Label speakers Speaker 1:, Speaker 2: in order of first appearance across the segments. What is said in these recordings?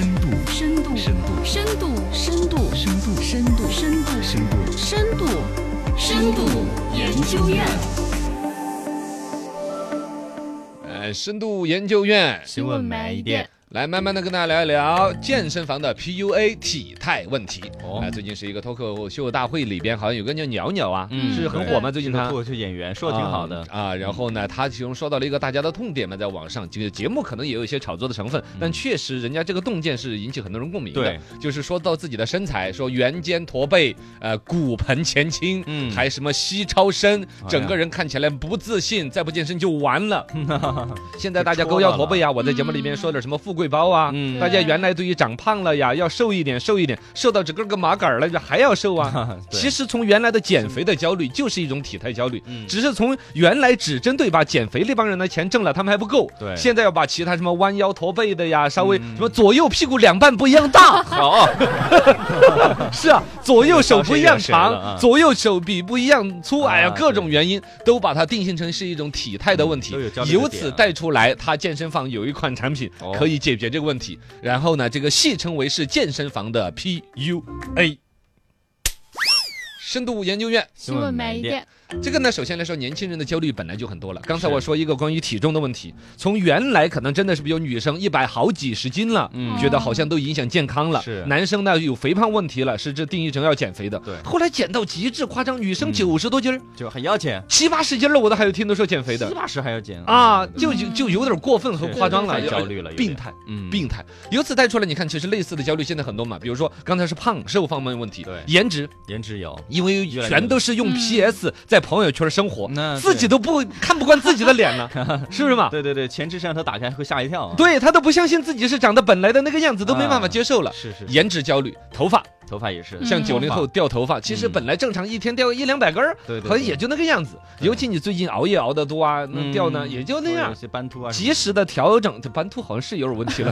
Speaker 1: 深度，
Speaker 2: 深度，
Speaker 1: 深度，深度，
Speaker 2: 深度，
Speaker 1: 深度，深度，
Speaker 2: 深度，
Speaker 1: 深度，深度研究院。
Speaker 2: 呃，深度研究院
Speaker 3: 新闻买一点，
Speaker 2: 来慢慢的跟大家聊一聊健身房的 PUA 体态问题。
Speaker 3: 哦
Speaker 2: 啊，最近是一个脱口秀大会里边，好像有个叫鸟鸟啊，
Speaker 3: 嗯
Speaker 2: 是很火吗？最
Speaker 3: 最
Speaker 2: 近
Speaker 3: 近嗯
Speaker 2: 他
Speaker 3: 脱口秀演员说的挺好的，
Speaker 2: 啊啊然后呢，他其中说到了一个大家的痛点嘛，在网上这个节目可能也有一些炒作的成分，但确实人家这个洞见是引起很多人共鸣的
Speaker 3: 嗯对。
Speaker 2: 就是说到自己的身材，说圆肩驼背，呃，骨盆前倾，
Speaker 3: 嗯哎
Speaker 2: 还什么膝超伸，
Speaker 3: 呀
Speaker 2: 整个人看起来不自信，再不健身就完 了。现在大家勾腰驼背啊，我在节目里面说点什么富贵包啊，
Speaker 3: 嗯
Speaker 2: 大家原来对于长胖了呀，要瘦一点，瘦一点，瘦到整个个麻杆儿了，还要瘦啊
Speaker 3: 。对
Speaker 2: 其实从原来的减肥的焦虑，就是一种体态焦虑，
Speaker 3: 嗯
Speaker 2: 只是从原来只针对把减肥那帮人的钱挣了，他们还不够，
Speaker 3: 对嗯
Speaker 2: 现在要把其他什么弯腰驼背的呀，稍微什么左右屁股两半不一样大，
Speaker 3: 好，
Speaker 2: 是啊，左右手不一样
Speaker 3: 这个倒是一个事儿了啊
Speaker 2: 长，左右手臂不一样粗，
Speaker 3: 啊
Speaker 2: 哎呀，各种原因都把它定性成是一种体态的问题
Speaker 3: 嗯都有焦，虑的
Speaker 2: 由此
Speaker 3: 点啊
Speaker 2: 带出来，它健身房有一款产品
Speaker 3: 哦
Speaker 2: 可以解决这个问题，然后呢，这个戏称为是健身房的 PUA。深度研究院，
Speaker 3: 新闻买一点，
Speaker 2: 这个呢，首先来说，年轻人的焦虑本来就很多了。刚才
Speaker 3: 是
Speaker 2: 我说一个关于体重的问题，从原来可能真的是比如女生一百好几十斤了，
Speaker 3: 嗯
Speaker 2: 觉得好像都影响健康了。
Speaker 3: 是
Speaker 2: 男生呢有肥胖问题了，是这定义成要减肥的。
Speaker 3: 对
Speaker 2: 后来减到极致夸张，女生
Speaker 3: 嗯
Speaker 2: 九十多斤儿、
Speaker 3: 就很要减，
Speaker 2: 七八十斤了，我都还有听都说减肥
Speaker 3: 七
Speaker 2: 的
Speaker 3: 八十还要减
Speaker 2: 啊，就就就有点过分和
Speaker 3: 是
Speaker 2: 夸张了，
Speaker 3: 太焦虑了有
Speaker 2: 病
Speaker 3: 点
Speaker 2: 态。
Speaker 3: 嗯
Speaker 2: 病态，由此带出来，你看，其实类似的焦虑现在很多嘛，比如说刚才是胖瘦方面问题，
Speaker 3: 对
Speaker 2: 颜值，
Speaker 3: 颜值有，
Speaker 2: 因为
Speaker 3: 越来越
Speaker 2: 全都是用
Speaker 1: 嗯
Speaker 2: PS 在朋友圈生活，
Speaker 3: 那
Speaker 2: 自己
Speaker 3: 对
Speaker 2: 都不看不惯自己的脸 了，是不是嘛？
Speaker 3: 啊对对对，前置摄像头打开会吓一跳啊，
Speaker 2: 对他都不相信自己是长得本来的那个样子，都没办法接受了。
Speaker 3: 是是，是
Speaker 2: 颜值焦虑，头发
Speaker 3: 头发也是，
Speaker 2: 像
Speaker 1: 嗯
Speaker 2: 九零后掉头发，其实
Speaker 3: 嗯
Speaker 2: 本来正常一天掉一两百根儿，
Speaker 3: 对对，
Speaker 2: 好像也就那个样子。
Speaker 3: 对
Speaker 2: 尤其你最近熬夜熬得多啊，那
Speaker 3: 嗯
Speaker 2: 掉呢也就那
Speaker 3: 有
Speaker 2: 样。
Speaker 3: 些斑秃啊什么
Speaker 2: 及
Speaker 3: 的，
Speaker 2: 时的调整，这斑秃好像是有点问题 了，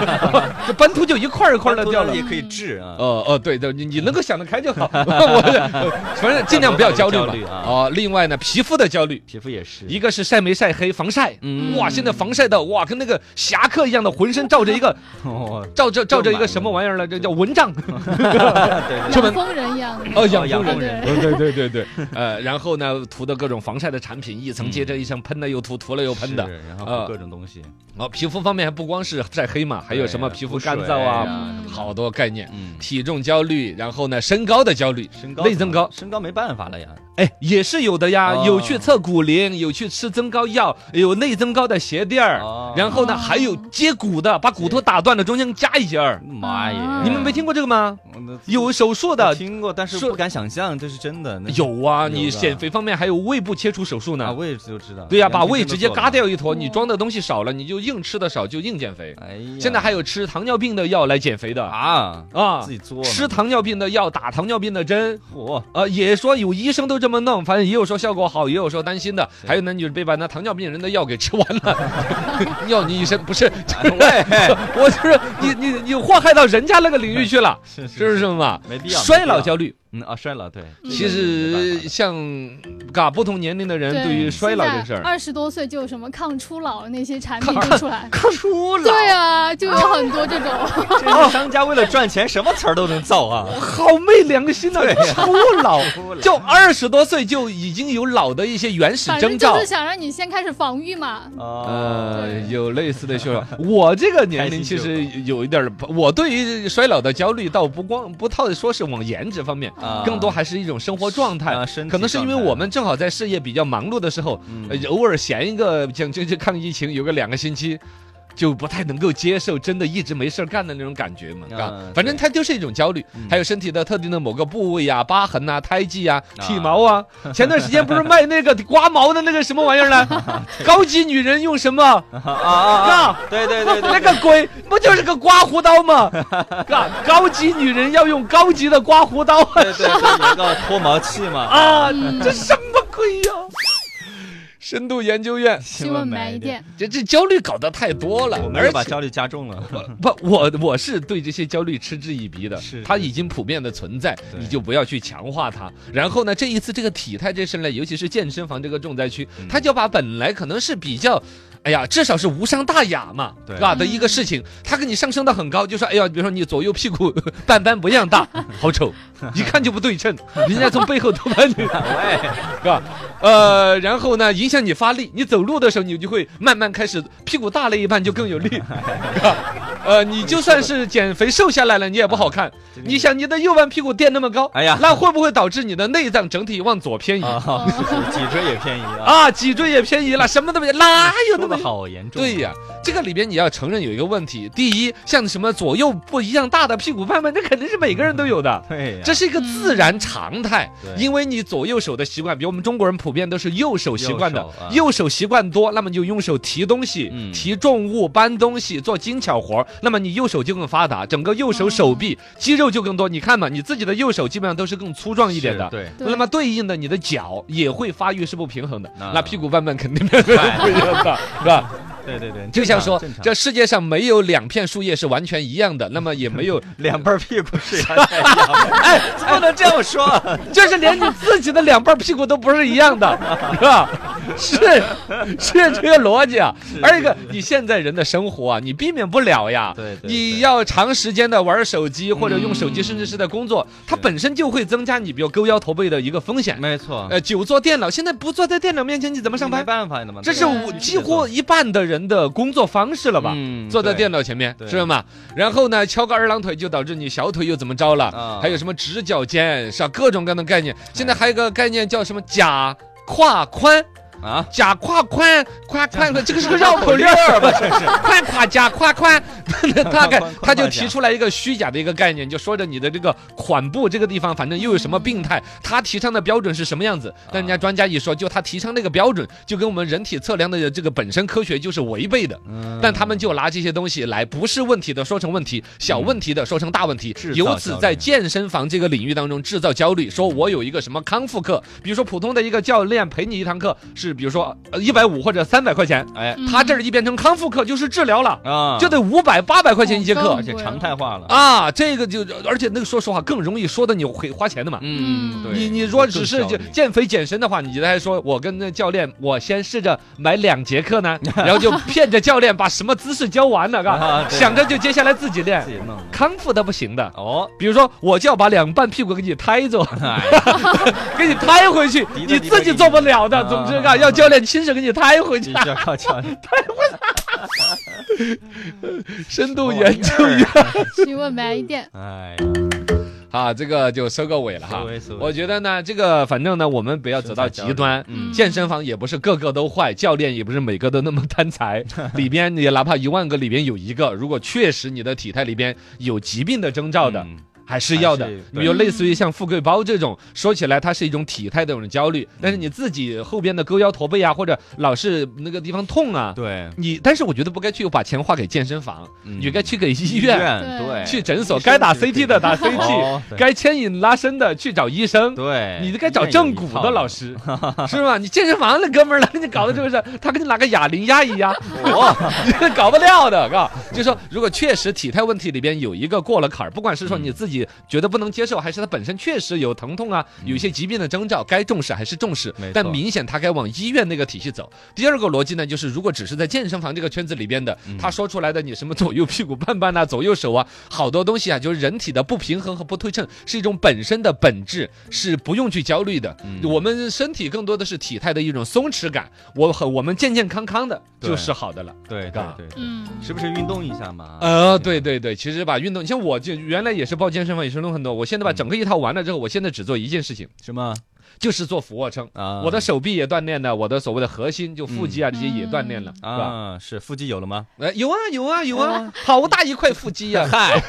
Speaker 2: 这斑秃就一块儿一块儿的
Speaker 3: 斑秃
Speaker 2: 掉了
Speaker 3: 也。可以治啊，
Speaker 2: 哦哦，对对，你你能够想得开就好， 我反正尽量不要焦虑
Speaker 3: 焦虑
Speaker 2: 嘛。
Speaker 3: 啊
Speaker 2: 哦，另外呢，皮肤的焦虑，
Speaker 3: 皮肤也是，
Speaker 2: 一个是晒没晒黑，防晒。
Speaker 3: 嗯
Speaker 2: 哇，现在防晒的哇，跟那个侠客一样的，浑身罩着一个
Speaker 3: 哦，
Speaker 2: 罩着罩着一个什么玩意儿来着？叫蚊帐。
Speaker 3: 嗯 对
Speaker 2: 出门
Speaker 1: 养蜂人一样的。
Speaker 2: 哦，养
Speaker 3: 养养
Speaker 2: 蜂
Speaker 3: 蜂
Speaker 2: 人，
Speaker 3: 人
Speaker 2: 对 对对对对，呃，然后呢，涂的各种防晒的产品，一层接着一层，喷了又涂，涂了又喷的。
Speaker 3: 是呃然后
Speaker 2: 啊
Speaker 3: 各种东西，
Speaker 2: 哦，皮肤方面还不光是晒黑嘛，还有什么
Speaker 3: 对
Speaker 2: 皮肤
Speaker 3: 补
Speaker 2: 干
Speaker 3: 水
Speaker 2: 燥
Speaker 3: 呀
Speaker 2: 啊，
Speaker 3: 什么的
Speaker 2: 好多概念。
Speaker 3: 嗯，
Speaker 2: 体重焦虑，然后呢，身高的焦虑，
Speaker 3: 身高
Speaker 2: 内
Speaker 3: 怎
Speaker 2: 增
Speaker 3: 么
Speaker 2: 高
Speaker 3: 身高没办法了呀，
Speaker 2: 哎，也是有的呀。
Speaker 3: 哦
Speaker 2: 有去测骨龄，有去吃增高药，有内增高的鞋垫儿，
Speaker 3: 哦
Speaker 2: 然后呢，
Speaker 1: 哦
Speaker 2: 还有接骨的，把骨头打断了，中间加一节儿。
Speaker 3: 妈耶，
Speaker 1: 嗯
Speaker 2: 你们没听过这个吗？
Speaker 3: 听
Speaker 2: 有手术
Speaker 3: 啊我
Speaker 2: 的，
Speaker 3: 听过，但是
Speaker 2: 说
Speaker 3: 不敢想象这是真的。那
Speaker 2: 有啊。
Speaker 3: 有
Speaker 2: 你
Speaker 3: 的啊
Speaker 2: 减肥方面还有胃部切除手术
Speaker 3: 把
Speaker 2: 呢。
Speaker 3: 胃就知道，
Speaker 2: 对呀、把
Speaker 3: 杨天
Speaker 2: 胃
Speaker 3: 真的
Speaker 2: 直接
Speaker 3: 做了
Speaker 2: 嘎。掉一坨，你
Speaker 1: 哦
Speaker 2: 装的东西少了，你就硬吃的少，就硬减肥。
Speaker 3: 哎呀，
Speaker 2: 现在还有吃糖尿病的药来减肥的
Speaker 3: 啊，
Speaker 2: 啊
Speaker 3: 自，己做
Speaker 2: 吃糖尿病的药，打糖尿病的针。
Speaker 3: 火
Speaker 2: 呃，也说有医生都这么弄，反正也有说效果好，也有说担心的，
Speaker 3: 是
Speaker 2: 还有呢，就是被把那糖尿病人的药给吃完 了， 尿你一身，不是，就是
Speaker 3: 哎喂，
Speaker 2: 我就是你你你祸害到人家那个领域去了，
Speaker 3: 是
Speaker 2: 是不是嘛？
Speaker 3: 没必要
Speaker 2: 衰老焦
Speaker 3: 虑，
Speaker 2: 虑，
Speaker 3: 嗯啊，衰老对，这
Speaker 2: 其
Speaker 3: 个没办
Speaker 2: 实
Speaker 3: 法的
Speaker 2: 像嘎不同年龄的人
Speaker 1: 对
Speaker 2: 对于衰老这事儿，
Speaker 1: 二十多岁就有什么抗初老那些产品
Speaker 2: 抗
Speaker 1: 出来，
Speaker 2: 看出来
Speaker 1: 对啊，就有很多这 种。
Speaker 3: 这个商家为了赚钱，什么词儿都能造啊，
Speaker 2: 好没良心啊
Speaker 3: 对，
Speaker 2: 初老。
Speaker 3: 哭了
Speaker 2: 就二十多岁就已经有老的一些原始
Speaker 1: 反正
Speaker 2: 征
Speaker 1: 就
Speaker 2: 兆
Speaker 1: 是，想让你先开始防御嘛。
Speaker 3: 啊，
Speaker 2: 呃，
Speaker 1: 对
Speaker 2: 有类似的需要。我这个年龄其实
Speaker 3: 开
Speaker 2: 有一点儿不，我对于衰老的焦虑倒不光不套说是往颜值方面，
Speaker 3: 啊
Speaker 2: 嗯更多还是一种生活状态
Speaker 3: 啊身。体
Speaker 2: 可能是因为
Speaker 3: 状态
Speaker 2: 我们正好在事业比较忙碌的时候，
Speaker 3: 嗯
Speaker 2: 呃偶尔闲一个，像这这抗疫情有个两个星期。就不太能够接受，真的一直没事儿干的那种感觉嘛，
Speaker 3: 啊
Speaker 2: 啊
Speaker 3: 对，
Speaker 2: 反正它就是一种焦虑，
Speaker 3: 嗯
Speaker 2: 还有身体的特定的某个部位啊、疤痕啊、胎记啊、体毛啊。前段时间不是卖那个刮毛的那个什么玩意儿 呢？高级女人用什么？
Speaker 3: 啊啊啊，
Speaker 2: 嘎，
Speaker 3: 对对对对，
Speaker 2: 那个鬼不就是个刮胡刀 吗？嘎，高级女人要用高级的刮胡刀啊
Speaker 3: 对对对，有一个脱毛器嘛，
Speaker 2: 啊！
Speaker 1: 嗯
Speaker 2: 这什么鬼呀、深度研究院，
Speaker 1: 新闻买一点，
Speaker 2: 这这焦虑搞得太多了
Speaker 3: 我，们
Speaker 2: 而
Speaker 3: 又把
Speaker 2: 且。
Speaker 3: 焦虑加重了，
Speaker 2: 不，我我是对这些焦虑嗤之以鼻的，
Speaker 3: 是
Speaker 2: 它已经普遍的存在，
Speaker 3: 对
Speaker 2: 你就不要去强化它。然后呢，这一次这个体态这事呢，尤其是健身房这个重灾区，
Speaker 3: 嗯
Speaker 2: 它就把本来可能是比较。哎呀，至少是无伤大雅嘛，
Speaker 3: 对嗯
Speaker 2: 吧？的一个事情，他给你上升到很高，就说，哎呀，比如说你左右屁股 半般不一样大，好丑，一看就不对称，人家从背后偷拍你，
Speaker 3: 喂，
Speaker 2: 是吧？呃，然后呢，影响你发力，你走路的时候你就会慢慢开始屁股大了一半就更有 力，是吧？呃，你就算是减肥瘦下来了，你也不好看。你想你的右半屁股垫那么高，
Speaker 3: 哎呀
Speaker 2: 那会不会导致你的内脏整体往左偏移？
Speaker 3: 啊，脊椎也偏移啊，
Speaker 2: 哦啊，脊椎也偏移了，什么都没有，哪有那
Speaker 3: 说
Speaker 2: 么
Speaker 3: 的好严 重。啊
Speaker 2: 对呀、，这个里边你要承认有一个问题，第一，像什么左右不一样大的屁股瓣瓣，这肯定是每个人都有的。
Speaker 3: 对呀，
Speaker 2: 这是一个自然常态，
Speaker 3: 嗯对
Speaker 2: 因为你左右手的习惯，比如我们中国人普遍都是右手习惯的，
Speaker 3: 右手啊
Speaker 2: 习惯多，那么你就用手提东西、
Speaker 3: 嗯
Speaker 2: 提重物、搬东西、做精巧活儿，那么你右手就更发达，整个右手手臂、
Speaker 3: 嗯
Speaker 2: 肌肉就更多。你看嘛，你自己的右手基本上都是更粗壮一点的
Speaker 3: 是，对，
Speaker 2: 那么对应的你的脚也会发育是不平衡的，
Speaker 3: 那
Speaker 2: 那屁股瓣瓣肯定变得不一样 的，是吧？
Speaker 3: 对对对，
Speaker 2: 就像说
Speaker 3: 正常，
Speaker 2: 这世界上没有两片树叶是完全一样的，那么也没有，
Speaker 3: 两半屁股 是呀，哎，不能这样说啊，
Speaker 2: 就是连你自己的两半屁股都不是一样的，是吧？是是这个逻辑啊。而一个，你现在人的生活啊，你避免不了呀。
Speaker 3: 对对
Speaker 2: 你
Speaker 3: 对嗯
Speaker 2: 要长时间的玩手机或者用手机，甚至是在工作，它
Speaker 3: 是
Speaker 2: 本身就会增加你比如勾腰驼背的一个风险。
Speaker 3: 没错，
Speaker 2: 呃，久坐电脑，现在不坐在电脑面前，你怎么上班
Speaker 3: 没？办法，你怎么
Speaker 2: 这是我
Speaker 3: 对
Speaker 2: 几乎一半的人的工作方式了吧？
Speaker 3: 嗯
Speaker 2: 坐在
Speaker 3: 对
Speaker 2: 电脑前面，
Speaker 3: 对
Speaker 2: 是吗？然后呢，敲个二郎腿就导致你小腿又怎么着了？
Speaker 3: 啊
Speaker 2: 还有什么直角肩是吧？各种各样的概念。现在还有一个概念叫什么假胯宽？
Speaker 3: 啊，
Speaker 2: 假胯宽，胯宽， 这个是个绕口令儿 吧？宽胯假胯 宽，大概
Speaker 3: 宽
Speaker 2: 他就
Speaker 3: 胯
Speaker 2: 提
Speaker 3: 假
Speaker 2: 出来一个虚假的一个概念，就说着你的这个髋部这个地方，反正又有什么病态，他提倡的标准是什么样子？但人家专家一说，就他提倡那个标准，就跟我们人体测量的这个本身科学就是违背的。
Speaker 3: 嗯
Speaker 2: 但他们就拿这些东西来，不是问题的说成问题，小问题的说成大问题
Speaker 3: 嗯制，造
Speaker 2: 由此
Speaker 3: 焦虑
Speaker 2: 在健身房这个领域当中制造焦虑，说我有一个什么康复课，比如说普通的一个教练陪你一堂课是比如说呃一百五或者三百块钱，
Speaker 3: 哎
Speaker 2: 他这儿一变成康复课就是治疗了，
Speaker 3: 啊，
Speaker 2: 就得五百八百块钱一节
Speaker 1: 哦
Speaker 2: 课
Speaker 3: 而且常态化了，
Speaker 2: 啊，这个就而且那个说实话更容易说的你会花钱的嘛。
Speaker 1: 嗯对
Speaker 2: 你你如果只是就
Speaker 3: 更焦虑
Speaker 2: 减肥健身的话，你还说我跟那教练，我先试着买两节课呢，然 后就骗着教练把什么姿势教完了，嘎
Speaker 3: 啊，对
Speaker 2: 想着就接下来自己
Speaker 3: 自
Speaker 2: 练，
Speaker 3: 己弄
Speaker 2: 康复的不行的。
Speaker 3: 哦，
Speaker 2: 比如说，我就要把两半屁股给你抬走，
Speaker 3: 哎，
Speaker 2: 给你抬回去，
Speaker 3: 敌
Speaker 2: 你
Speaker 3: 对
Speaker 2: 自己做不了的。
Speaker 3: 敌对
Speaker 2: 总
Speaker 3: 敌
Speaker 2: 之，嘎，要教练亲手给你抬回去
Speaker 3: 啊你。就要 靠教练，
Speaker 2: 深度研究
Speaker 3: 一下，
Speaker 1: 去问买一点，
Speaker 3: 哎，
Speaker 2: 啊，这个就收个尾了哈
Speaker 3: 收尾收。尾
Speaker 2: 我觉得呢，这个反正呢，我们不要走到极端。
Speaker 1: 嗯
Speaker 2: 健身房也不是个个都坏，教练也不是每个都那么贪 财。里边也哪怕一万个里边有一个，如果确实你的体态里边有疾病的征兆的，
Speaker 3: 嗯
Speaker 2: 还是要的
Speaker 3: 还是。
Speaker 2: 比
Speaker 3: 对
Speaker 2: 如类似于像富贵包这种，说起来它是一种体态的一种焦虑，
Speaker 3: 嗯
Speaker 2: 但是你自己后边的勾腰驼背啊，或者老是那个地方痛啊，
Speaker 3: 对，
Speaker 2: 你但是我觉得不该去把钱花给健身房，
Speaker 3: 嗯
Speaker 2: 你该去给医院、
Speaker 1: 对
Speaker 3: 对，
Speaker 2: 去诊所，该打 CT 的打 CT，
Speaker 3: 哦对
Speaker 2: 该牵引拉伸的去找医生。
Speaker 3: 对，
Speaker 2: 你该找正骨的老师，是吧？你健身房那哥们儿来，你搞的这个事儿，他给你拿个哑铃压一压，
Speaker 3: 我，
Speaker 2: 这搞不掉的，嘎。就说如果确实体态问题里边有一个过了坎儿，不管是说你自己觉得不能接受，还是他本身确实有疼痛啊，有一些疾病的征兆，该重视还是重视
Speaker 3: 没错，
Speaker 2: 但明显他该往医院那个体系走。第二个逻辑呢，就是如果只是在健身房这个圈子里边的，他说出来的你什么左右屁股瓣瓣呐、左右手啊，好多东西啊，就是人体的不平衡和不对称是一种本身的本质，是不用去焦虑的。
Speaker 3: 嗯
Speaker 2: 我们身体更多的是体态的一种松弛感，我很我们健健康康的
Speaker 3: 对
Speaker 2: 就是好的了。
Speaker 3: 对对对，对
Speaker 1: 嗯，
Speaker 3: 时不时运动一下嘛，
Speaker 2: 呃，对对对，其实吧，运动，像我就原来也是报健身房，也是弄很多。我现在把整个一套完了之后，我现在只做一件事情，
Speaker 3: 什么
Speaker 2: 就是做俯卧撑。
Speaker 3: 啊？嗯
Speaker 2: 我的手臂也锻炼了，我的所谓的核心就腹肌啊这些也锻炼了，是吧？哎
Speaker 3: 啊，是腹肌有了吗？
Speaker 2: 呃，有啊有啊有啊，好大一块腹肌呀！嗨。